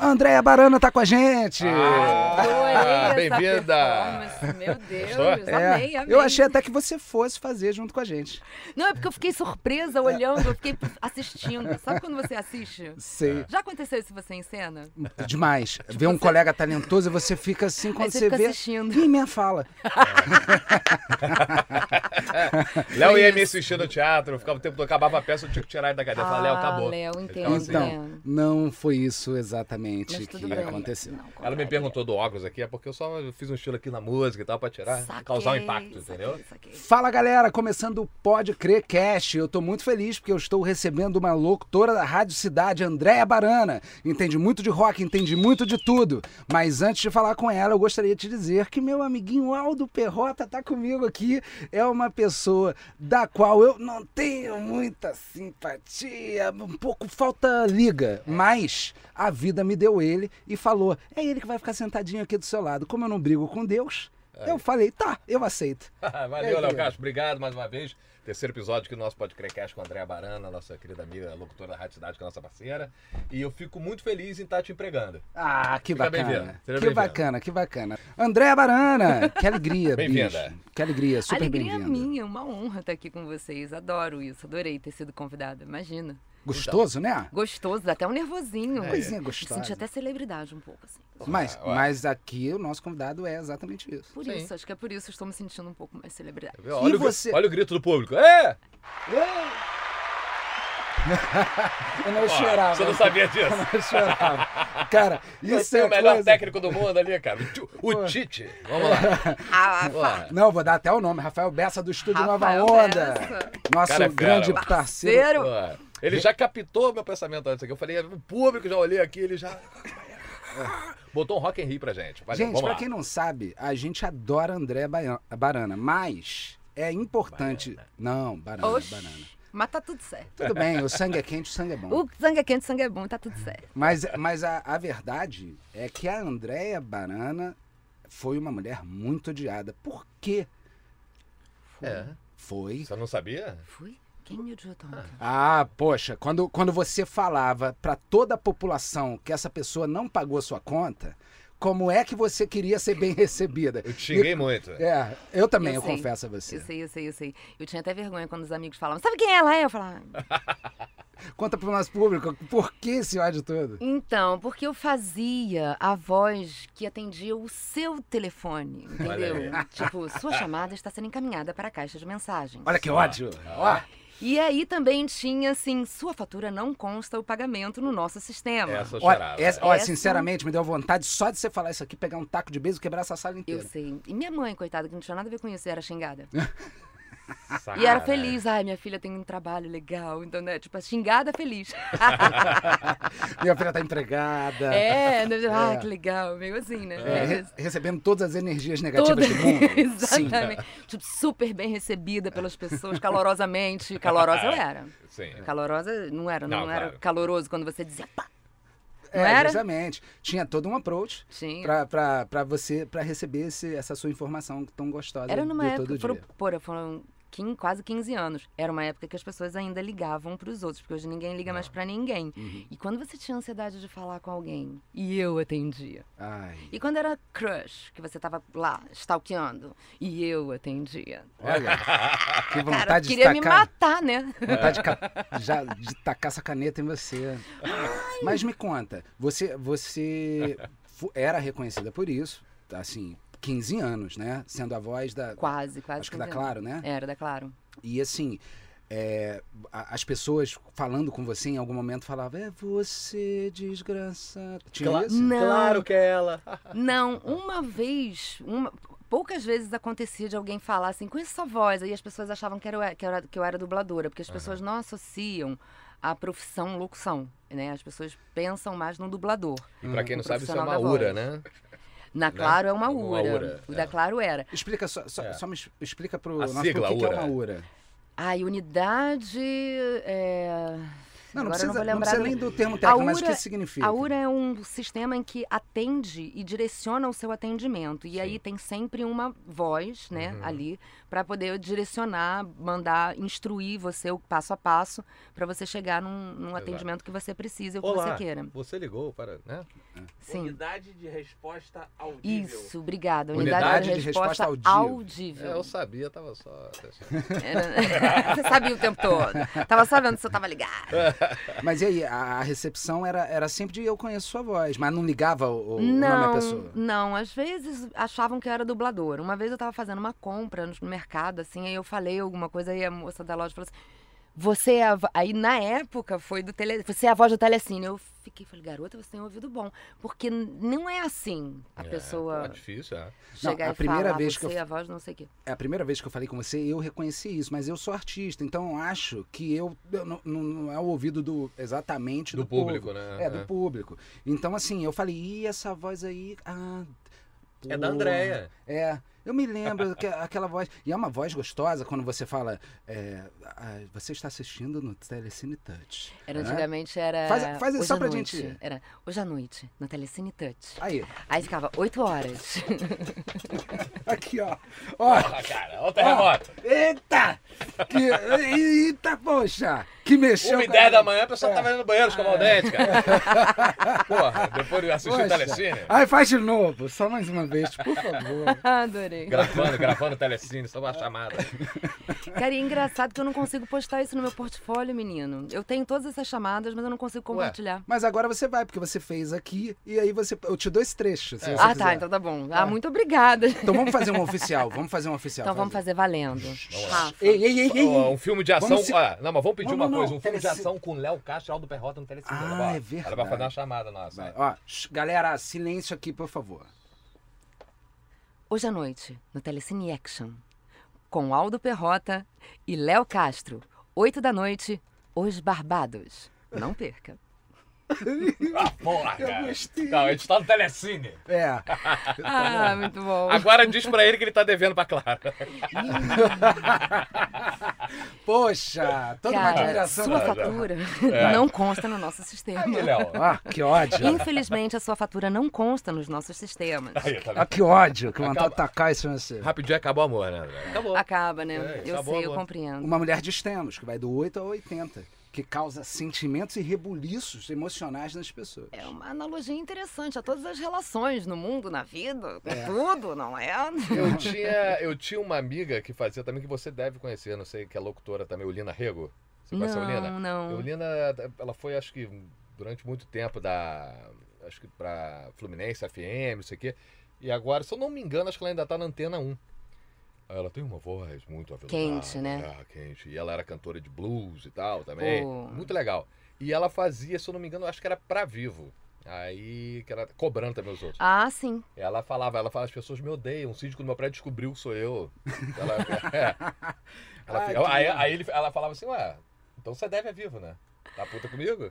Andréia Barana tá com a gente. Ah, Adorei essa bem-vinda. performance, Meu Deus, Gostou? amei, amei. É, Eu achei até que você fosse fazer junto com a gente. Não, é porque eu fiquei surpresa olhando, eu fiquei assistindo. Sabe quando você assiste? Sei. Já aconteceu isso com você em cena? Demais. Ver um colega talentoso, você fica assim quando É. Aí você você, fica vê. assistindo. Ih, minha fala. Léo ia me assistir no teatro, eu ficava o tempo todo, acabava a peça, eu tinha que tirar ele da cadeira. Falei, Léo, Ah, acabou. Léo, Ele entendo. ficava assim. Então, não foi isso exatamente é. Mas que tudo bem. aconteceu. Não, Ela me contrário. perguntou do óculos aqui, é porque eu só fiz um estilo aqui na música e tal, pra tirar, Saquei, causar um impacto, saquei, entendeu? saquei. Fala galera, começando o Pode Crer Cast. Eu tô muito feliz porque eu estou recebendo uma locutora da Rádio Cidade, Andréa Barana. Entende muito de rock, entende muito de tudo. Mas antes de falar com ela, eu gostaria de dizer que meu amiguinho Aldo Perrota tá comigo aqui. É uma pessoa da qual eu não tenho muita simpatia, um pouco falta liga, mas a vida me deu ele e falou: "É ele que vai ficar sentadinho aqui do seu lado. Como eu não brigo com Deus, eu falei: "Tá, eu aceito". Valeu, É, Léo Guilherme. Castro. Obrigado mais uma vez. Terceiro episódio aqui do nosso Podcast com a Andréa Barana, nossa querida amiga, locutora da Rádio Cidade, que é nossa parceira. E eu fico muito feliz em estar te empregando. Ah, que Fica bacana. bem-vinda. Seja Que bem-vinda. bacana, que bacana. Andréa Barana, que alegria, Bem-vinda. bicho. Que alegria, super Alegria bem-vinda. minha, uma honra estar aqui com vocês. Adoro isso, adorei ter sido convidada, imagina. Gostoso, né? Gostoso, dá até um nervosinho. É. Coisinha Me gostosa. senti até celebridade um pouco, assim. Mas, Ah, ué. mas aqui o nosso convidado é exatamente isso. Por Sim. isso, acho que é por isso que eu estou me sentindo um pouco mais celebridade. Olha, o, gri- você- olha o grito do público. É! Eu não Ó, chorava. Você não sabia Eu disso? não chorava. Cara, isso Você é é o melhor coisa- técnico do mundo ali, cara. O Ti- O Tite. Vamos lá. Ah, Vamos lá. Não, vou dar até o nome. Rafael Bessa do Estúdio Rafael Nova Onda. Bessa. Nosso Cara é fera, grande mano. parceiro. parceiro. Ó, Ele já captou meu pensamento antes aqui. Eu falei, o público já olhei aqui, ele já. Botou um rock and rio pra gente. Valeu, Gente, vamos pra lá. quem não sabe, a gente adora André Baian- Barana, mas é importante. Não, Barana, Oxi, Barana. mas tá tudo certo. Tudo bem, o sangue é quente, o sangue é bom. O sangue é quente, o sangue é bom, tá tudo certo. Mas, mas a, a verdade é que a Andréia Barana foi uma mulher muito odiada. Por quê? É. Foi. Você não sabia? Fui? Quem me odiou tanto? Ah, poxa, quando, quando você falava pra toda a população que essa pessoa não pagou sua conta, como é que você queria ser bem recebida? Eu te xinguei muito. É, eu também, eu, Eu sei. confesso a você. Eu sei, eu sei, eu sei. Eu tinha até vergonha quando os amigos falavam, sabe quem ela é? Eu falava, "Ah, Conta pro nosso público, por que esse ódio todo? Então, porque eu fazia a voz que atendia o seu telefone, entendeu? Olha aí. Tipo, sua chamada está sendo encaminhada para a caixa de mensagens. Olha que ódio! Ó, E aí também tinha assim, sua fatura não consta o pagamento no nosso sistema. Essa eu olha, chorava. essa- olha, Essa- é, sinceramente, me deu vontade só de você falar isso aqui, pegar um taco de beijo e quebrar essa sala Eu inteira. sei. E minha mãe, coitada, que não tinha nada a ver com isso, era xingada. Sacanagem. E era feliz. Ai, minha filha tem um trabalho legal. Então, né? Tipo, xingada feliz. Minha filha tá empregada. é, né? Ah, É. que legal. Meio assim, né? É, Meio re- recebendo todas as energias negativas Toda, do mundo. Sim. exatamente. Tipo, super bem recebida pelas pessoas, calorosamente. Calorosa eu era. Sim. É. Calorosa não era, não, Não, era claro. caloroso quando você dizia pá. Não É, era? justamente. Tinha todo um approach Tinha. pra, pra, pra você pra receber esse- essa sua informação tão gostosa Era numa de época, todo foram, dia. porra, foram quin- quase 15 anos. Era uma época que as pessoas ainda ligavam pros outros, porque hoje ninguém liga mais pra ninguém. Uhum. E quando você tinha ansiedade de falar com alguém, e eu atendia. Ai, E quando era crush, que você tava lá, stalkeando, e eu atendia. olha, que vontade Cara, de queria me tacar, matar, né? vontade de, ca- já, de tacar essa caneta em você. Mas me conta, você, você fu- era reconhecida por isso, assim, 15 anos, né? Sendo a voz da... Quase, quase. acho que da 15 anos. Claro, né? Era, da Claro. E assim, é, a- as pessoas falando com você em algum momento falavam, é você, desgraçado. Tinha Cla- isso? Não. Claro que é ela. Não, uma vez, uma- poucas vezes acontecia de alguém falar assim, conheço sua voz, aí as pessoas achavam que, era, que, era, que eu era dubladora, porque as pessoas não associam a profissão locução, né? As pessoas pensam mais no dublador. E pra quem não Um sabe, isso é profissional uma da ura, voz. né? Na Né? Claro é uma Uma URA, URA, o é. da Claro era. Explica só, só, É. só me es- explica pro A nosso sigla, o que, que é URA. uma URA. Ai, unidade... é, Não, não Agora eu não precisa, vou não lembrar precisa do- nem do termo técnico, mas o que URA- significa? A URA é um sistema em que atende e direciona o seu atendimento. E aí Sim. tem sempre uma voz, né, Uhum. ali, para poder direcionar, mandar, instruir você o passo a passo para você chegar num, num Exato. atendimento que você precisa, e o que Olá, você queira. você ligou para, né? Sim. Unidade de resposta audível. Isso, obrigada. Unidade Unidade, de de resposta, resposta É, eu audível. sabia, tava só. Era- você sabia o tempo todo. Tava sabendo se eu tava ligada. Mas e aí, a, a recepção era, era sempre de eu conheço sua voz, mas não ligava o, o nome da Não, pessoa. não, às vezes achavam que eu era dubladora. Uma vez eu tava fazendo uma compra no mercado, assim, aí eu falei alguma coisa, aí a moça da loja falou assim: Você é a. vo-" Aí na época foi do tele... Você é a voz do Telecine. Eu fiquei, falei, garota, você tem um ouvido bom. Porque n- não é assim a É, pessoa pô, difícil, é. Não, chegar a e primeira falar, vez você que eu- é a voz do não sei o quê. É a primeira vez que eu falei com você, eu reconheci isso, mas eu sou artista, então eu acho que eu, eu não, não- não é o ouvido do exatamente do, Do público, povo. né? É, do público. Então, assim, eu falei, e essa voz aí. Ah, É da porra." Andréia. É, eu me lembro que aquela voz. E é uma voz gostosa quando você fala. é, "Ah, você está assistindo no Telecine Touch. Era, né? antigamente era. Faz- faz isso hoje só à pra noite. gente- Era hoje à noite, no Telecine Touch. Aí, Aí ficava 8 horas. aqui, ó. Ó, Ah, cara, olha o terremoto. eita! Que, eita, poxa! Que mexeu. 1 e com a- 10 da manhã, a pessoa É. tava indo no banheiro escovar o dente, cara. Porra, depois de assistir o Poxa. Telecine. Ai, faz de novo, só mais uma vez, por favor. Adorei. Gravando, gravando o Telecine, só uma chamada. Cara, e é engraçado que eu não consigo postar isso no meu portfólio, menino. Eu tenho todas essas chamadas, mas eu não consigo compartilhar. Mas agora você vai, porque você fez aqui, e aí você. Eu te dou esse trecho. se você Ah, tá, quiser. então tá bom. Ah, muito obrigada. Então vamos fazer um oficial, vamos fazer um oficial. Então vamos fazer valendo. Rafa. Ei, ei, ei, ei. Ó, Um filme de ação. Vamos se- Ah, não, mas vamos pedir Não, uma não, coisa: não, um filme de Telecine. ação com Léo Castro e Aldo Perrota no Telecine. Ah, bora. é verdade. Ela vai fazer uma chamada nossa. Vai, Ó, shh, galera, silêncio aqui, por favor. Hoje à noite, no Telecine Action, com Aldo Perrota e Léo Castro. Oito da noite, Os Barbados. Não perca. Ah, porra, Eu cara. gostei. Não, a gente tá no Telecine. É. Ah, muito bom. Agora diz pra ele que ele tá devendo pra Clara. Poxa, toda uma né, Cara, admiração. sua pra- fatura não consta no nosso sistema. Aí, Léo. Ah, que ódio. Infelizmente, a sua fatura não consta nos nossos sistemas. Aí, tá Ah, vendo? que ódio, que vontade Acaba. de atacar isso nesse. Rapidinho acabou o amor, né? André? Acabou. Acaba, né? É, eu acabou, sei, eu amor. compreendo. Uma mulher de extremos, que vai do 8 ao 80, que causa sentimentos e rebuliços emocionais nas pessoas. É uma analogia interessante a todas as relações no mundo, na vida, com tudo, não é? Eu tinha, eu tinha uma amiga que fazia também, que você deve conhecer, não sei, que é locutora também, Olina Rego. Você conhece a Olina? Não, não. Eulina, ela foi, acho que durante muito tempo da. Acho que pra Fluminense, FM, não sei o quê. E agora, se eu não me engano, acho que ela ainda tá na antena 1. Aí Ela tem uma voz muito aveludada. Quente, né? é, quente. E ela era cantora de blues e tal também. Pô. Muito legal. E ela fazia, se eu não me engano, acho que era pra vivo. Aí, que era cobrando também os outros. Ah, sim. Ela falava, ela fala, as pessoas me odeiam. O síndico do meu prédio descobriu que sou eu. Ela, é, Ela Ai, fica- que aí lindo. aí ele, ela falava assim, ué, então você deve a vivo, né? Tá puta comigo?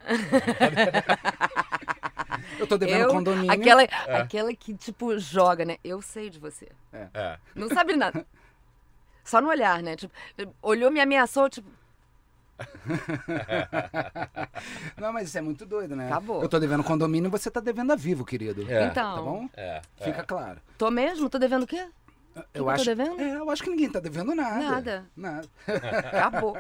Eu tô devendo Eu- condomínio. Aquela, aquela que, tipo, joga, né? Eu sei de você. É. Não sabe nada. Só no olhar, né? Tipo, olhou, me ameaçou, tipo, Não, mas isso é muito doido, né? Acabou. Eu tô devendo condomínio e você tá devendo a vivo, querido. É. então. Tá bom? É. Fica claro. Tô mesmo? Tô devendo o quê? que eu tô acho... devendo? É, eu acho que ninguém tá devendo nada. Nada. Nada. Acabou.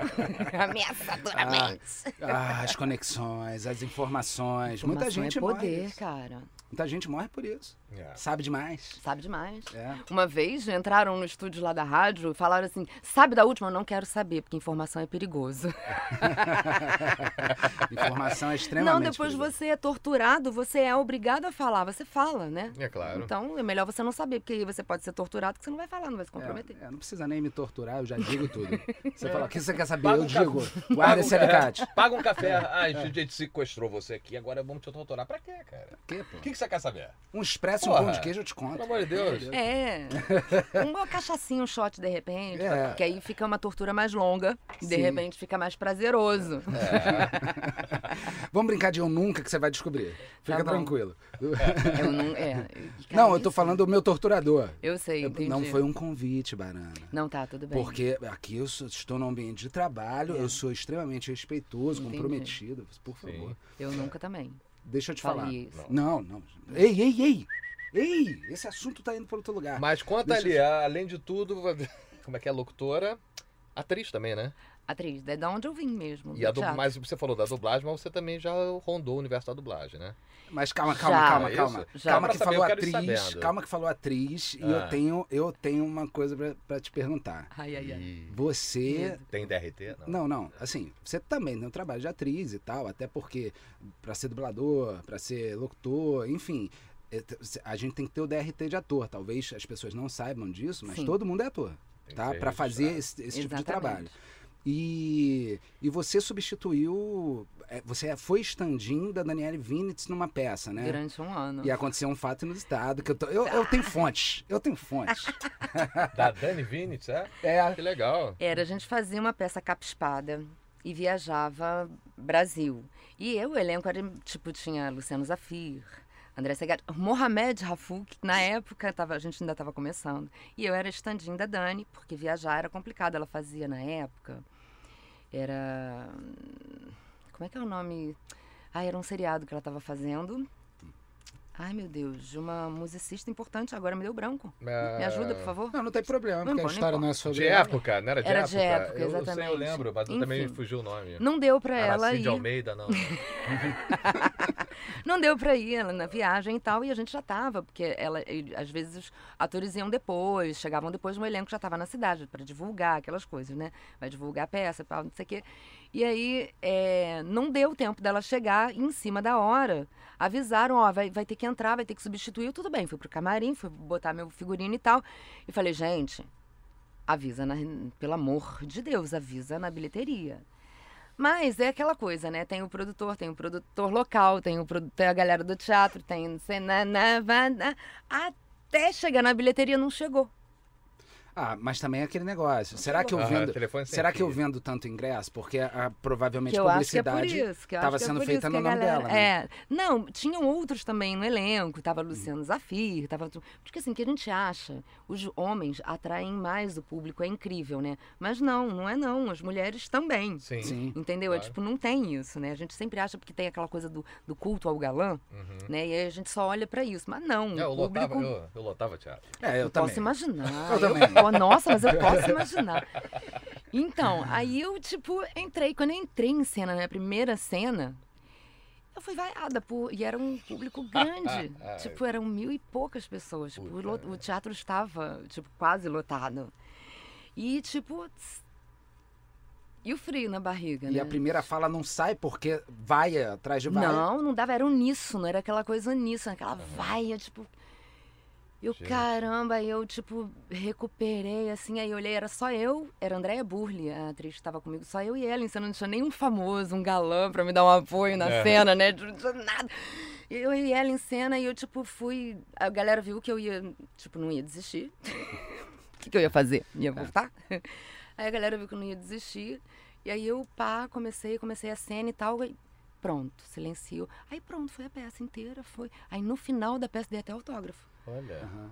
Ameaçadoramente. Ah, as conexões, as informações. Muita Informação gente é poder, morre. cara. Muita gente morre por isso. É. É. Sabe demais. Sabe demais. É. Uma vez entraram no estúdio lá da rádio e falaram assim: sabe da última? Eu não quero saber, porque informação é perigoso. Informação é extremamente. Não, depois perigosa. você é torturado, você é obrigado a falar, você fala, né? É claro. Então é melhor você não saber, porque aí você pode ser torturado, que você não vai falar, não vai se comprometer. É, é, não precisa nem me torturar, eu já digo tudo. Você fala, o que você quer saber? Paga eu um digo, café. guarda esse É. alicate. Paga um café. Ah, a gente sequestrou você aqui, agora vamos te torturar. Pra quê, cara? Quê, O pô? que, que você quer saber? Um tivesse um Porra. pão de queijo, eu te conto. Pelo amor de Deus. É. Uma cachaçinha, um shot de repente, É. porque aí fica uma tortura mais longa, de Sim. repente fica mais prazeroso. Vamos brincar de eu nunca que você vai descobrir. Fica Tá bom. tranquilo. Eu não, é. E, cara, Não, eu tô isso- falando do meu torturador. Eu sei, Eu- entendi. Não foi um convite, Barana. Não, tá, tudo bem. Porque aqui eu sou- estou num ambiente de trabalho, eu sou extremamente respeitoso, É. Entendi. comprometido. Por favor, Sim. Eu nunca também. deixa eu te falar. Faria isso. Não, não. Ei, ei, ei! Ei! Esse assunto tá indo para outro lugar. Mas conta Deixa ali, a- além de tudo, como é que é a locutora? Atriz também, né? Atriz, é da onde eu vim mesmo. E do a dub... teatro. Mas você falou da dublagem, mas você também já rondou o universo da dublagem, né? Mas calma, calma, Já. calma, É calma. isso? Já. Calma Pra que saber, falou eu quero ir atriz, sabendo. calma que falou atriz e Ah. eu tenho eu tenho uma coisa pra- pra te perguntar. Ai, ai, ai. E Você tem DRT? Não. Não, não. Assim, você também tem um trabalho de atriz e tal, até porque pra ser dublador, pra ser locutor, enfim, é, t- cê- a gente tem que ter o DRT de ator. Talvez as pessoas não saibam disso, mas Sim. todo mundo é ator, Tem que tá? ser Pra fazer registrado. esse, esse tipo de Exatamente. trabalho. E, e você substituiu. é, Você foi stand-in da Daniele Vinitz numa peça, né? Durante um ano. E aconteceu um fato inusitado que eu, tô, eu, eu tenho Ah. fontes. Eu tenho fontes. Da Dani Vinitz, é? É, Que legal. Era, a gente fazia uma peça capispada e viajava Brasil. E eu, o elenco, era, tipo, tinha Luciano Zafir, André Segar, Mohamed Rafu, que na época tava, a gente ainda estava começando. E eu era estandinha da Dani, porque viajar era complicado. Ela fazia na época. Era. Como é que é o nome? Ah, era um seriado que ela estava fazendo. Ai, meu Deus, de uma musicista importante, agora me deu branco. Me ajuda, por favor. Não, não tem problema, Não porque a importa, história não não é sobre. Ah, De época, não era de Era época? de época, eu, Eu sei, eu exatamente. lembro, mas eu também Enfim. fugiu o nome. Não deu pra ela Aracide ir. Almeida, não. Não deu pra ir ela na viagem e tal, e a gente já tava, porque ela, e, às vezes os atores iam depois, chegavam depois, o elenco já tava na cidade pra divulgar aquelas coisas, né? Vai divulgar a peça e tal, não sei o quê. E aí é, não deu tempo dela chegar e em cima da hora. Avisaram, ó, vai, vai ter que entrar, vai ter que substituir, tudo bem. Fui pro camarim, fui botar meu figurino e tal. E falei, gente, avisa, na, pelo amor de Deus, avisa na bilheteria. Mas é aquela coisa, né? Tem o produtor, tem o produtor local, tem, o produ- tem a galera do teatro, tem não sei, né, na, na, va- na, até chegar na bilheteria não chegou. Ah, mas também é aquele negócio. Será que eu Ah, vendo. telefone sem Será que eu fio. vendo tanto ingresso? Porque ah, provavelmente que eu a acho que é por publicidade. isso. Que eu tava acho que é sendo por feita isso no que a nome galera- dela, né? É. Não, tinham outros também no elenco. Tava Luciano Zafir, tava... tu- Porque assim, o que a gente acha, os homens atraem mais o público, é incrível, né? Mas não, não é não. As mulheres também. Sim. Sim. Entendeu? É Claro. tipo, não tem isso, né? A gente sempre acha porque tem aquela coisa do, do culto ao galã, Uhum. né? E aí a gente só olha pra isso. Mas não, É, eu, o público... lotava, eu, eu lotava teatro. É, eu, Eu também. posso imaginar. Eu Eu também. po- nossa, mas eu posso imaginar. Então, aí eu, tipo, entrei. Quando eu entrei em cena, na minha primeira cena, eu fui vaiada por. E era um público grande. tipo, eram mil e poucas pessoas. Tipo, o, lo- Puta. né? o teatro estava, tipo, quase lotado. E, tipo. tss, E o frio na barriga, E né? a primeira fala não sai porque vai atrás de vai. Não, não dava, era uníssono, era aquela coisa uníssona, aquela vaia, tipo. Eu, Gente. caramba, eu, tipo, recuperei, assim, aí eu olhei, era só eu, era a Andréia Burli, a atriz que tava comigo, só eu e ela, então não tinha nenhum famoso, um galã pra me dar um apoio na É. cena, né? Não tinha nada. Eu e ela em cena e eu, tipo, fui. A galera viu que eu ia, tipo, não ia desistir. O que, que eu ia fazer? É. Ia voltar? Aí a galera viu que eu não ia desistir. E aí eu, pá, comecei, comecei a cena e tal. E pronto, silencio. Aí pronto, foi a peça inteira, foi. Aí no final da peça dei até autógrafo. Olha. Aham.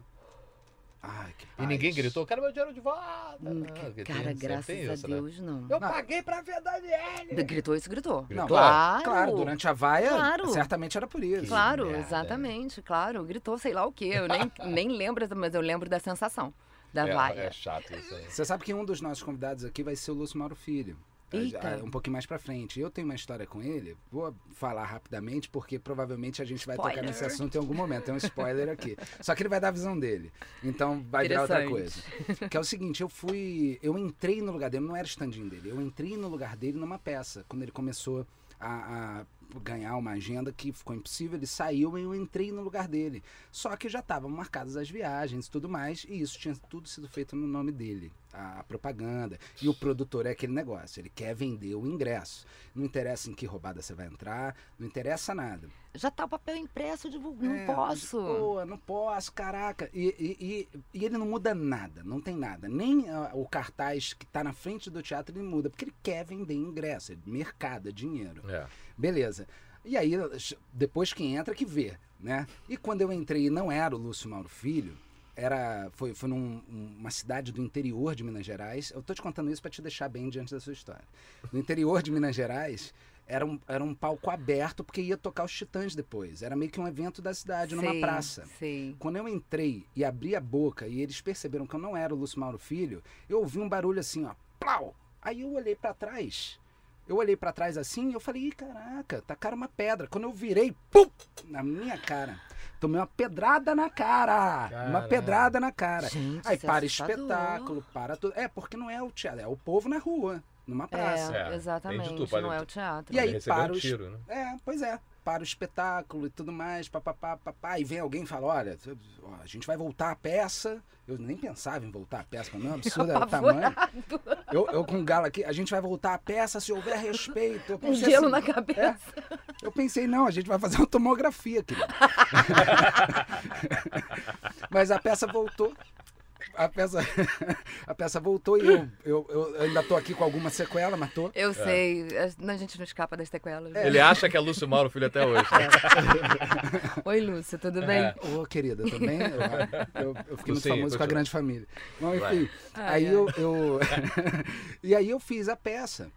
Ai, que E ninguém paz. gritou, quero meu dinheiro de volta. Hum, Ah, porque tem- Cara, sempre graças tem isso, a né? Deus, não. Eu paguei pra ver a Daniele. Gritou isso, gritou. Não, Gritou? claro. Claro. durante a vaia, Claro. certamente era por isso. Claro, merda, né? exatamente, claro. Gritou sei lá o quê. Eu nem, nem lembro, mas eu lembro da sensação, da vaia. É, é chato isso aí. Você sabe que um dos nossos convidados aqui vai ser o Lúcio Mauro Filho. Eita. Ah, Um pouquinho mais pra frente. Eu tenho uma história com ele, vou falar rapidamente, porque provavelmente a gente vai tocar Spoiler. nesse assunto em algum momento. É um spoiler aqui. Só que ele vai dar a visão dele. Então vai virar outra coisa. Interessante. Que é o seguinte, eu fui. Eu entrei no lugar dele, não era stand-in dele, eu entrei no lugar dele numa peça, quando ele começou a. a ganhar uma agenda que ficou impossível, ele saiu e eu entrei no lugar dele. Só que já estavam marcadas as viagens e tudo mais, e isso tinha tudo sido feito no nome dele, a propaganda. E o produtor é aquele negócio, ele quer vender o ingresso. Não interessa em que roubada você vai entrar, não interessa nada. Já tá o papel impresso, eu digo, não É, posso. Pô, não posso, caraca. E, e, e, e ele não muda nada, não tem nada. Nem ah, o cartaz que tá na frente do teatro ele muda, porque ele quer vender ingresso, é mercado, é dinheiro. É. Beleza. E aí, depois que entra, que vê, né? E quando eu entrei, não era o Lúcio Mauro Filho, era, foi, foi num- um, uma cidade do interior de Minas Gerais. Eu tô te contando isso para te deixar bem diante da sua história. No interior de Minas Gerais, era um, era um palco aberto, porque ia tocar os Titãs depois. Era meio que um evento da cidade, numa Sei, praça. Sei. Quando eu entrei e abri a boca e eles perceberam que eu não era o Lúcio Mauro Filho, eu ouvi um barulho assim, ó, plau! Aí eu olhei pra trás. Eu olhei pra trás assim e eu falei, "Ih, caraca, tacaram uma pedra. Quando eu virei, pum, na minha cara. Tomei uma pedrada na cara. Uma Caralho. pedrada na cara. Gente, Aí isso é para assustador. espetáculo, para tudo. É, porque não é o teatro, é o povo na rua, numa praça. É, É, exatamente. tem de tudo, pode- não é o teatro. E aí, Ele recebeu para um os- tiro, né? É, pois é. Para o espetáculo e tudo mais, papapá, papá. E vem alguém e fala: olha, tu- ó, a gente vai voltar à peça. Eu nem pensava em voltar à peça, mas não é um absurdo era o tamanho. Apavorado. Eu, eu com o galo aqui, a gente vai voltar à peça se houver respeito. Eu Um pensei, gelo assim, na cabeça. eu pensei, não, a gente vai fazer uma tomografia, querido. Mas a peça voltou. A peça, a peça voltou e eu, eu, eu ainda tô aqui com alguma sequela, mas tô. É. Eu sei. A a gente não escapa das sequelas. né? Ele acha que é Lúcio Mauro Filho até hoje. né? Oi, Lúcia, tudo bem? É. Ô, querida, também. Eu, eu- eu fiquei muito Sim, famoso com a continua. grande família. Mas, Vai. enfim, Ai, aí ai. eu. eu- e aí eu fiz a peça.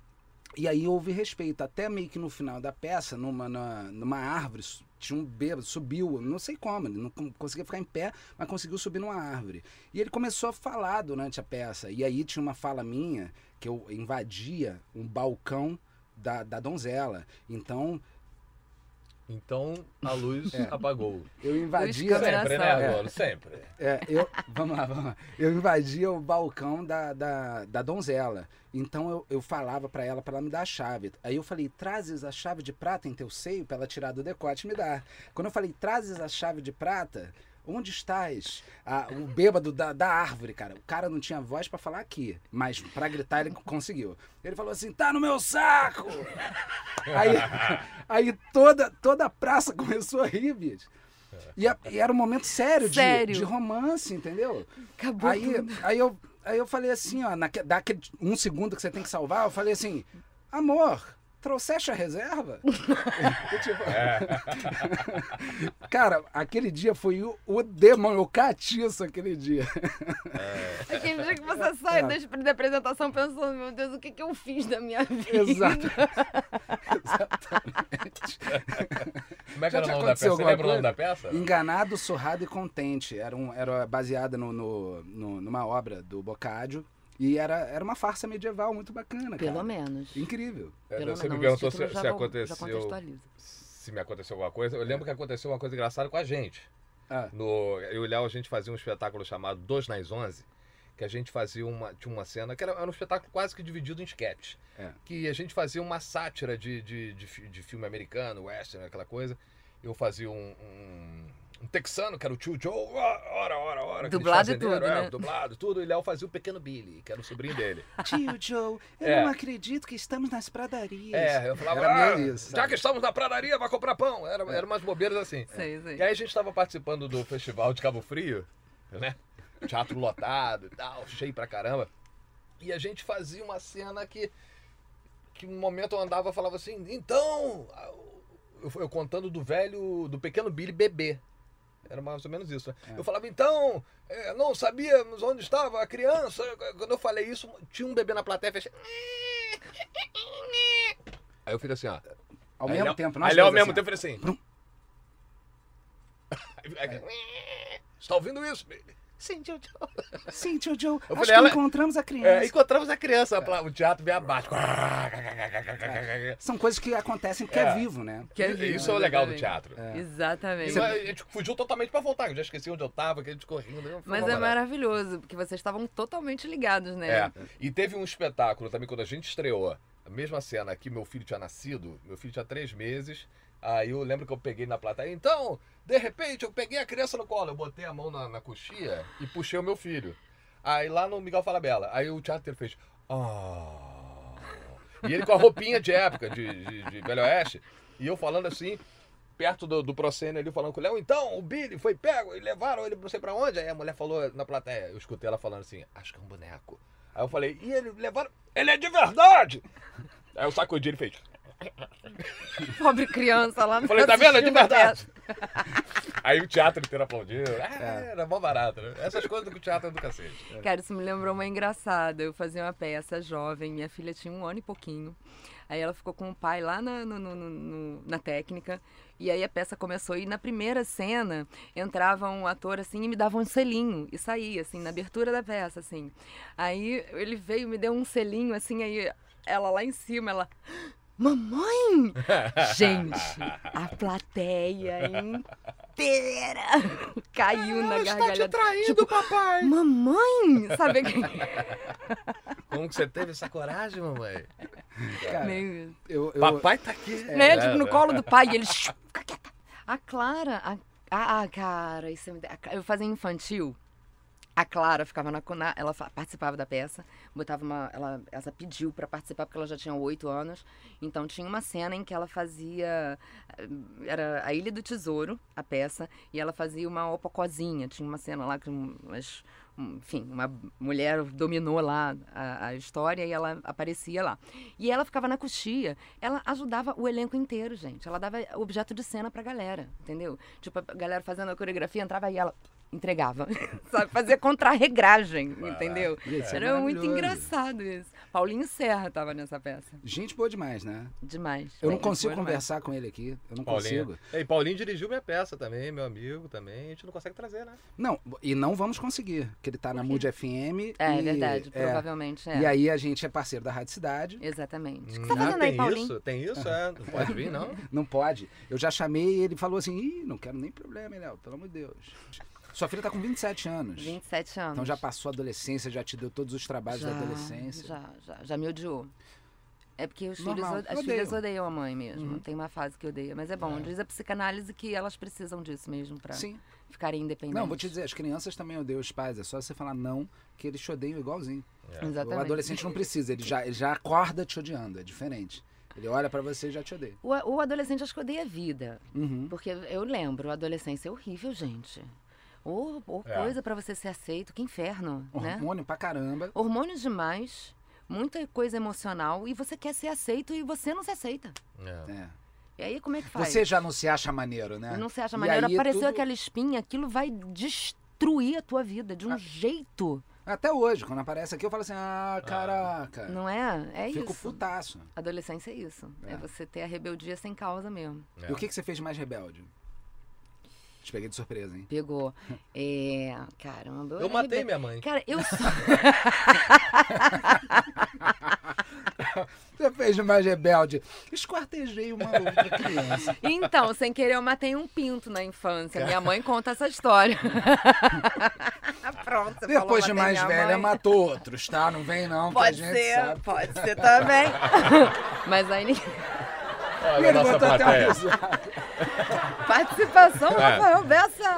E aí houve respeito. Até meio que no final da peça, numa, na- numa árvore, su- tinha um bêbado, subiu, não sei como, ele não con- conseguia ficar em pé, mas conseguiu subir numa árvore. E ele começou a falar durante a peça. E aí tinha uma fala minha que eu invadia um balcão da, da donzela. Então, Então a luz É. apagou. eu invadia. Câmara Sempre, né, Combinação. agora? Sempre. É, eu, vamos lá, vamos lá. Eu invadia o balcão da, da, da donzela. Então eu, eu falava pra ela pra ela me dar a chave. Aí eu falei, trazes a chave de prata em teu seio pra ela tirar do decote e me dar. Quando eu falei, trazes a chave de prata, onde estás? Ah, o bêbado da, da árvore, cara. O cara não tinha voz pra falar aqui, mas pra gritar ele conseguiu. Ele falou assim, tá no meu saco! Aí, aí toda, toda a praça começou a rir, bicho. E, a- e era um momento sério, de- Sério. De, romance, entendeu? Acabou. Aí, tudo. aí, eu, aí eu falei assim, ó, naque, daquele um segundo que você tem que salvar, eu falei assim, amor, trouxeste a reserva? Eu, tipo, Cara, aquele dia foi o, o demônio, o catiço aquele dia. Aquele dia que você sai É. da, exp- da apresentação pensando, meu Deus, o que, que eu fiz da minha vida? Exato. Como é que Já era o te nome da peça? aconteceu Você lembra alguma o nome da peça? Enganado, surrado e contente. Era, um, era baseada no, no- no- numa obra do Boccaccio. E era, era uma farsa medieval muito bacana, cara. Pelo menos. Incrível. Pelo É, Você me menos, perguntou esse título se, já se vou- já aconteceu. contextualiza. Se me aconteceu alguma coisa. Eu lembro que aconteceu uma coisa engraçada com a gente. Ah, No, eu e o Léo, a gente fazia um espetáculo chamado Dois nas Onze, que a gente fazia uma, tinha uma cena, que era, era um espetáculo quase que dividido em sketches. É. Que a gente fazia uma sátira de, de, de, fi- de filme americano, western, aquela coisa. Eu fazia um, um, um texano, que era o tio Joe, ó, ora, ora, ora. que eles Dublado e fazendeiro, tudo, é, né? Dublado, tudo. E o Léo fazia o Pequeno Billy, que era o sobrinho dele. Tio Joe, eu É. não acredito que estamos nas pradarias. É, eu falava, Era meio "Ah, isso, já sabe? É. que estamos na pradaria, vai comprar pão. Era, eram umas bobeiras assim. Sei, sei. E aí a gente tava participando do festival de Cabo Frio, né? Teatro lotado e tal, cheio pra caramba. E a gente fazia uma cena que. Que um momento eu andava e falava assim, então. ah, Eu, eu contando do velho. do pequeno Billy bebê. Era mais ou menos isso, né? Eu falava, então, eh, não sabíamos onde estava a criança. Quando eu falei isso, tinha um bebê na plateia fez. Aí eu fiz assim, ó. Ao Aí mesmo Léo- tempo, nós Aí Léo, ao dois, mesmo assim, tempo, eu falei assim. Aí fica- Você tá ouvindo isso? Sim, tio, tio. ó. Sim, tio Joe, acho falei, que ela- encontramos a É, criança. encontramos a criança, É. a pla- o teatro veio abaixo. São coisas que acontecem porque é, É. vivo, né? Que é E- vivo, Isso é o legal do teatro. exatamente. Exatamente. Isso, é- a gente fugiu totalmente pra voltar, eu já esqueci onde eu tava, que a gente correndo. né? Foi Mas uma é maravilha. maravilhoso, porque vocês estavam totalmente ligados, né? É. E teve um espetáculo também quando a gente estreou. A mesma cena aqui, meu filho tinha nascido, meu filho tinha três meses. Aí eu lembro que eu peguei na plateia. Então, de repente, eu peguei a criança no colo, eu botei a mão na, na coxia e puxei o meu filho. Aí lá no Miguel Falabella. Aí o teatro inteiro fez. "Ah". E ele com a roupinha de época, de, de, de Velho Oeste. E eu falando assim. perto do, do Procênio ali falando com o Léo. Então, o Billy foi pego e levaram ele não sei pra onde. Aí a mulher falou na plateia, eu escutei ela falando assim, acho que é um boneco. Aí eu falei, e ele levaram. Ele é de verdade! Aí eu sacudi ele fez. Pobre criança lá. Falei, tá vendo? É de assistindo a verdade. Aí o teatro inteiro aplaudiu. É. Ah, era mó barato, né? Essas coisas que o teatro é do cacete. Cara, isso me lembrou uma engraçada. Eu fazia uma peça jovem, minha filha tinha um ano e pouquinho. Aí ela ficou com o pai lá na, no- no- no- no- na técnica. E aí a peça começou. E na primeira cena entrava um ator assim e me dava um selinho. E saía, assim, na abertura da peça, assim. Aí ele veio, me deu um selinho, assim, aí ela lá em cima, ela. Mamãe! Gente, a plateia inteira caiu na tá gargalhada. traindo, Tipo, papai! Mamãe! Sabe que... Como que você teve essa coragem, mamãe? É. Cara, Meio- eu, eu- Papai tá aqui. né? Tipo, no colo do pai, e ele. "Shh, fica quieta." A Clara. a- Ah, ah, cara, isso é muito- a Cla- Eu fazia infantil. A Clara ficava na, na ela fa- participava da peça, botava uma, ela, ela pediu pra participar porque ela já tinha oito anos. Então tinha uma cena em que ela fazia eh, era a Ilha do Tesouro, a peça, e ela fazia uma opocozinha. Tinha uma cena lá que umas, um- enfim, uma mulher dominou lá a, a história e ela aparecia lá. E ela ficava na coxia, ela ajudava o elenco inteiro, gente. Ela dava objeto de cena pra galera, entendeu? Tipo, a galera fazendo a coreografia, entrava e ela entregava. Sabe? Fazia contra-regragem, entendeu? Gente, isso é Era muito maravilhoso. engraçado isso. Paulinho Serra tava nessa peça. Gente boa demais, né? Demais. Eu não Gente, consigo boa demais. conversar com ele aqui. Eu não Paulinho. consigo. E Paulinho dirigiu minha peça também, meu amigo também. A gente não consegue trazer, né? Não, e não vamos conseguir, porque ele tá na Mood FM. É, e, verdade, é, provavelmente é. E aí a gente é parceiro da Rádio Cidade. Exatamente. Hum, O Não, que você tá fazendo tem é aí, Paulinho? isso, tem isso, é. Não pode vir, não. Não pode. Eu já chamei e ele falou assim: Ih, não quero nem problema, hein, Léo, pelo amor de Deus. Sua filha tá com 27 anos. 27 anos. Então já passou a adolescência, já te deu todos os trabalhos da adolescência. Já, já, já me odiou. É porque os filhos, Normal, Uhum. od- as odeiam. filhas odeiam a mãe mesmo. Tem uma fase que odeia. Mas é bom, diz a psicanálise que elas precisam disso mesmo pra Sim. ficarem independentes. Não, vou te dizer, as crianças também odeiam os pais. É só você falar não, que eles te odeiam igualzinho. É. Exatamente. O adolescente não precisa, ele já, ele já acorda te odiando, é diferente. Ele olha pra você e já te odeia. O, a- o adolescente acho que odeia a vida. Uhum. Porque eu lembro, a adolescência é horrível, gente. Ou, ou É. coisa pra você ser aceito, que inferno, né? Hormônio pra caramba. Hormônios demais, muita coisa emocional, e você quer ser aceito e você não se aceita. É. É. E aí como é que faz? Você já não se acha maneiro, né? Não se acha E maneiro. aí Apareceu tudo- aquela espinha, aquilo vai destruir a tua vida de um Ah. jeito. Até hoje, quando aparece aqui, eu falo assim: ah, caraca. Não é? É Fico isso. putaço. Adolescência é isso. É. É. você ter a rebeldia sem causa mesmo. É. E o que, que você fez de mais rebelde? Te peguei de surpresa, hein? Pegou. É. Caramba. Eu era matei rebe- minha mãe. Cara, eu sou. Você fez de mais rebelde? Esquartejei uma outra criança. Então, sem querer, eu matei um pinto na infância. Minha mãe conta essa história. Pronto, você falou, Depois de matei mais minha velha, mãe. matou outros, tá? Não vem não, Pode que a gente ser, sabe. pode ser também. Mas aí, E Olha a ele nossa botou até uma plateia. risada. participação, É. Rafael Bessa.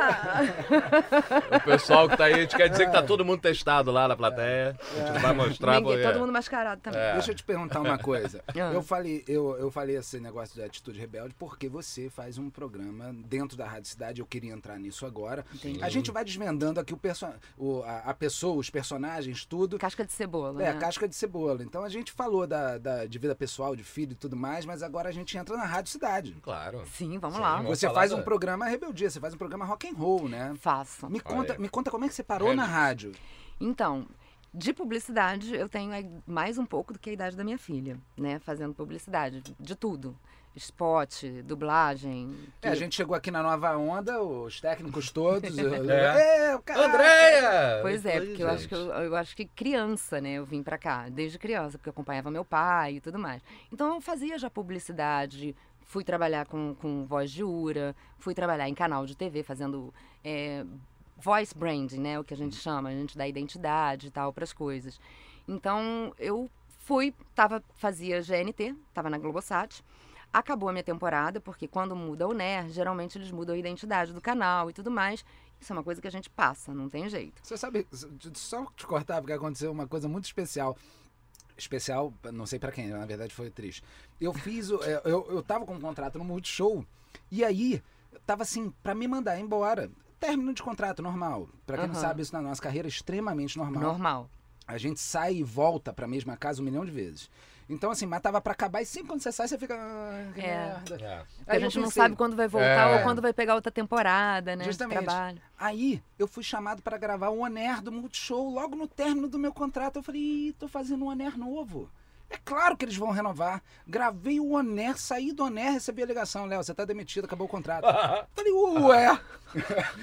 O pessoal que tá aí, a gente quer dizer que tá todo mundo testado lá na plateia. A gente não vai mostrar. É. Ninguém, porque- todo mundo mascarado também. É. Deixa eu te perguntar uma coisa. Ah. Eu falei, eu, eu falei esse negócio de atitude rebelde porque você faz um programa dentro da Rádio Cidade, eu queria entrar nisso agora. Entendi. A gente vai desvendando aqui o perso o, a, a pessoa, os personagens, tudo. Casca de cebola. É, né? a casca de cebola. Então a gente falou da, da- de vida pessoal, de filho e tudo mais, mas agora a gente entra na Rádio Cidade. Claro. Sim, vamos Sim, lá. vamos Você falar faz da- um programa rebeldia, você faz um programa rock and roll, né? Faço. Me conta, aí. me conta como é que você parou na Rebelde. rádio. Então, de publicidade, eu tenho aí mais um pouco do que a idade da minha filha, né? Fazendo publicidade, de tudo. Spot, dublagem. É, a tudo. gente chegou aqui na nova onda, os técnicos todos. eu- É. É, o cara- Andréia! Pois é, Oi, porque eu acho, que gente. eu, eu acho que criança, né? Eu vim pra cá, desde criança, porque eu acompanhava meu pai e tudo mais. Então eu fazia já publicidade, fui trabalhar com, com voz de Ura, fui trabalhar em canal de TV fazendo é, voice branding, né? O que a gente chama, a gente dá identidade e tal para as coisas. Então eu fui, tava, fazia GNT, tava na Globosat. Acabou a minha temporada, porque quando muda o NER, geralmente eles mudam a identidade do canal e tudo mais. Isso é uma coisa que a gente passa, não tem jeito. Você sabe, só te cortar, porque aconteceu uma coisa muito especial. Especial, não sei pra quem, na verdade foi triste. Eu fiz, o- é, eu, eu tava com um contrato no Multishow E aí, eu tava assim, pra me mandar embora. Término de contrato normal. Pra quem não Aham. sabe, isso na nossa carreira é extremamente normal. Normal. A gente sai e volta pra mesma casa um milhão de vezes. Então, assim, mas tava pra acabar e sempre quando você sai, você fica. Ah, que É. merda. É. Porque Aí a eu gente não pensei- sabe quando vai voltar É. ou quando vai pegar outra temporada, né? de Justamente. Trabalho. Aí eu fui chamado para gravar um Oner do Multishow logo no término do meu contrato. Eu falei, Ih, tô fazendo um Oner novo. É claro que eles vão renovar. Gravei o Oner, saí do Oner, recebi a ligação, Léo, você tá demitido, acabou o contrato. Eu É. falei, ué!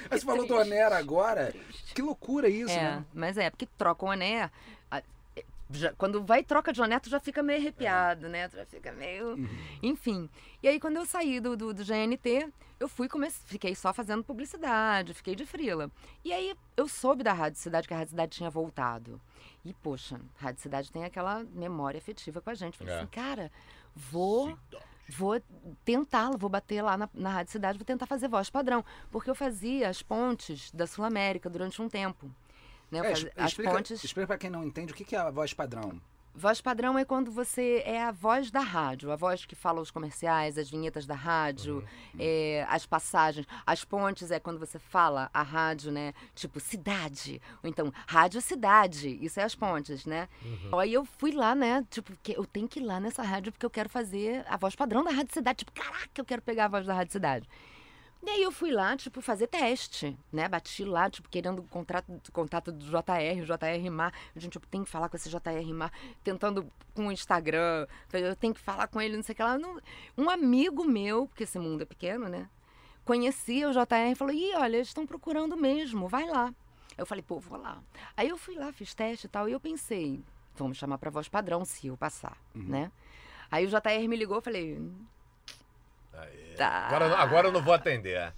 Aí você falou do triste. Oner agora? Triste. Que loucura isso, é, né? mas é, porque troca o Oné. a- é, já- quando vai e troca de Oné, tu já fica meio arrepiado, né? Tu já fica meio. Uhum. Enfim. E aí, quando eu saí do, do, do GNT, eu fui comece... fiquei só fazendo publicidade, fiquei de frila. E aí, eu soube da Rádio Cidade, que a Rádio Cidade tinha voltado. E, poxa, Rádio Cidade tem aquela memória afetiva com a gente. Falei É. assim, cara, vou. Vou tentar, vou bater lá na, na Rádio Cidade, vou tentar fazer voz padrão. Porque eu fazia as pontes da Sul América durante um tempo. Né? Eu É, faz- es- as explica, pontes. explica pra quem não entende o que que é a voz padrão. Voz padrão é quando você é a voz da rádio, a voz que fala os comerciais, as vinhetas da rádio, é, as passagens. As pontes é quando você fala a rádio, né? Tipo, cidade. Ou então, rádio cidade. Isso é as pontes, né? Aí eu fui lá, né? Tipo, que eu tenho que ir lá nessa rádio porque eu quero fazer a voz padrão da rádio cidade. Tipo, caraca, eu quero pegar a voz da rádio cidade. E aí eu fui lá, tipo, fazer teste, né? Bati lá, tipo, querendo o contrato, contato do JR, o JR Mar. A gente, tipo, tem que falar com esse JR Mar, tentando com o Instagram. Eu tenho que falar com ele, não sei o que lá. Não- Um amigo meu, porque esse mundo é pequeno, né? Conhecia o JR e falou, ih, olha, eles estão procurando mesmo, vai lá. Eu falei, pô, vou lá. Aí eu fui lá, fiz teste e tal, e eu pensei, vamos chamar pra voz padrão se eu passar, Uhum. né? Aí o JR me ligou, eu falei, Aí. tá. Agora, eu não- agora eu não vou atender. é.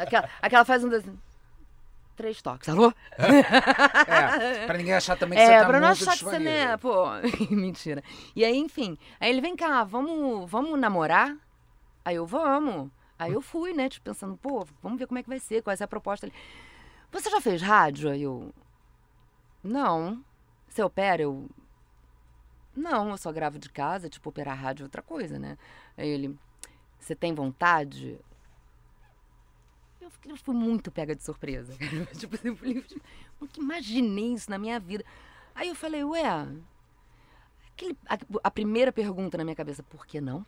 Aquela, aquela faz um dois, três toques, alô? É, pra ninguém achar também que você É, tá pra não muito achar que você, né, disponível. pô, mentira. E aí, enfim, aí ele, vem cá, vamos, vamos namorar? Aí eu, vamos. Aí eu fui, né, tipo, pensando, pô, vamos ver como é que vai ser, qual é a proposta. Ele, você já fez rádio? Aí eu, não. Você opera? Eu, não, eu só gravo de casa, tipo, operar rádio é outra coisa, né? Aí ele, você tem vontade? Eu fiquei- eu fui muito pega de surpresa. tipo, assim, eu falei, "Gente, nunca imaginei isso na minha vida. Aí eu falei, ué, aquele, a, a primeira pergunta na minha cabeça, por que não?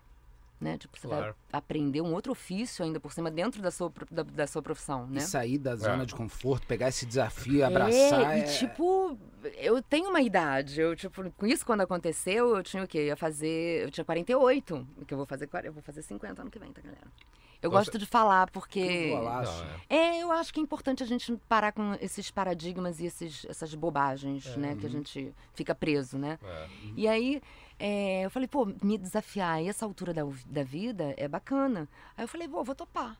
Né? Tipo, você Claro. vai aprender um outro ofício ainda por cima dentro da sua, pro- da, da sua profissão, E né? sair É. da zona de conforto, pegar esse desafio, abraçar. É, é- e tipo, eu tenho uma idade. Eu, tipo, com isso quando aconteceu, eu tinha o quê? Eu ia fazer. Eu tinha 48. Que eu vou fazer 40, eu vou fazer 50 ano que vem, tá, galera? Eu Nossa. gosto de falar Que porque. um golaço. Não, é. É, eu acho que é importante a gente parar com esses paradigmas e esses, essas bobagens, né? Que a gente fica preso, né? É. E aí é, eu falei, pô, me desafiar a essa altura da, vi- da vida é bacana. Aí eu falei, pô, vou topar.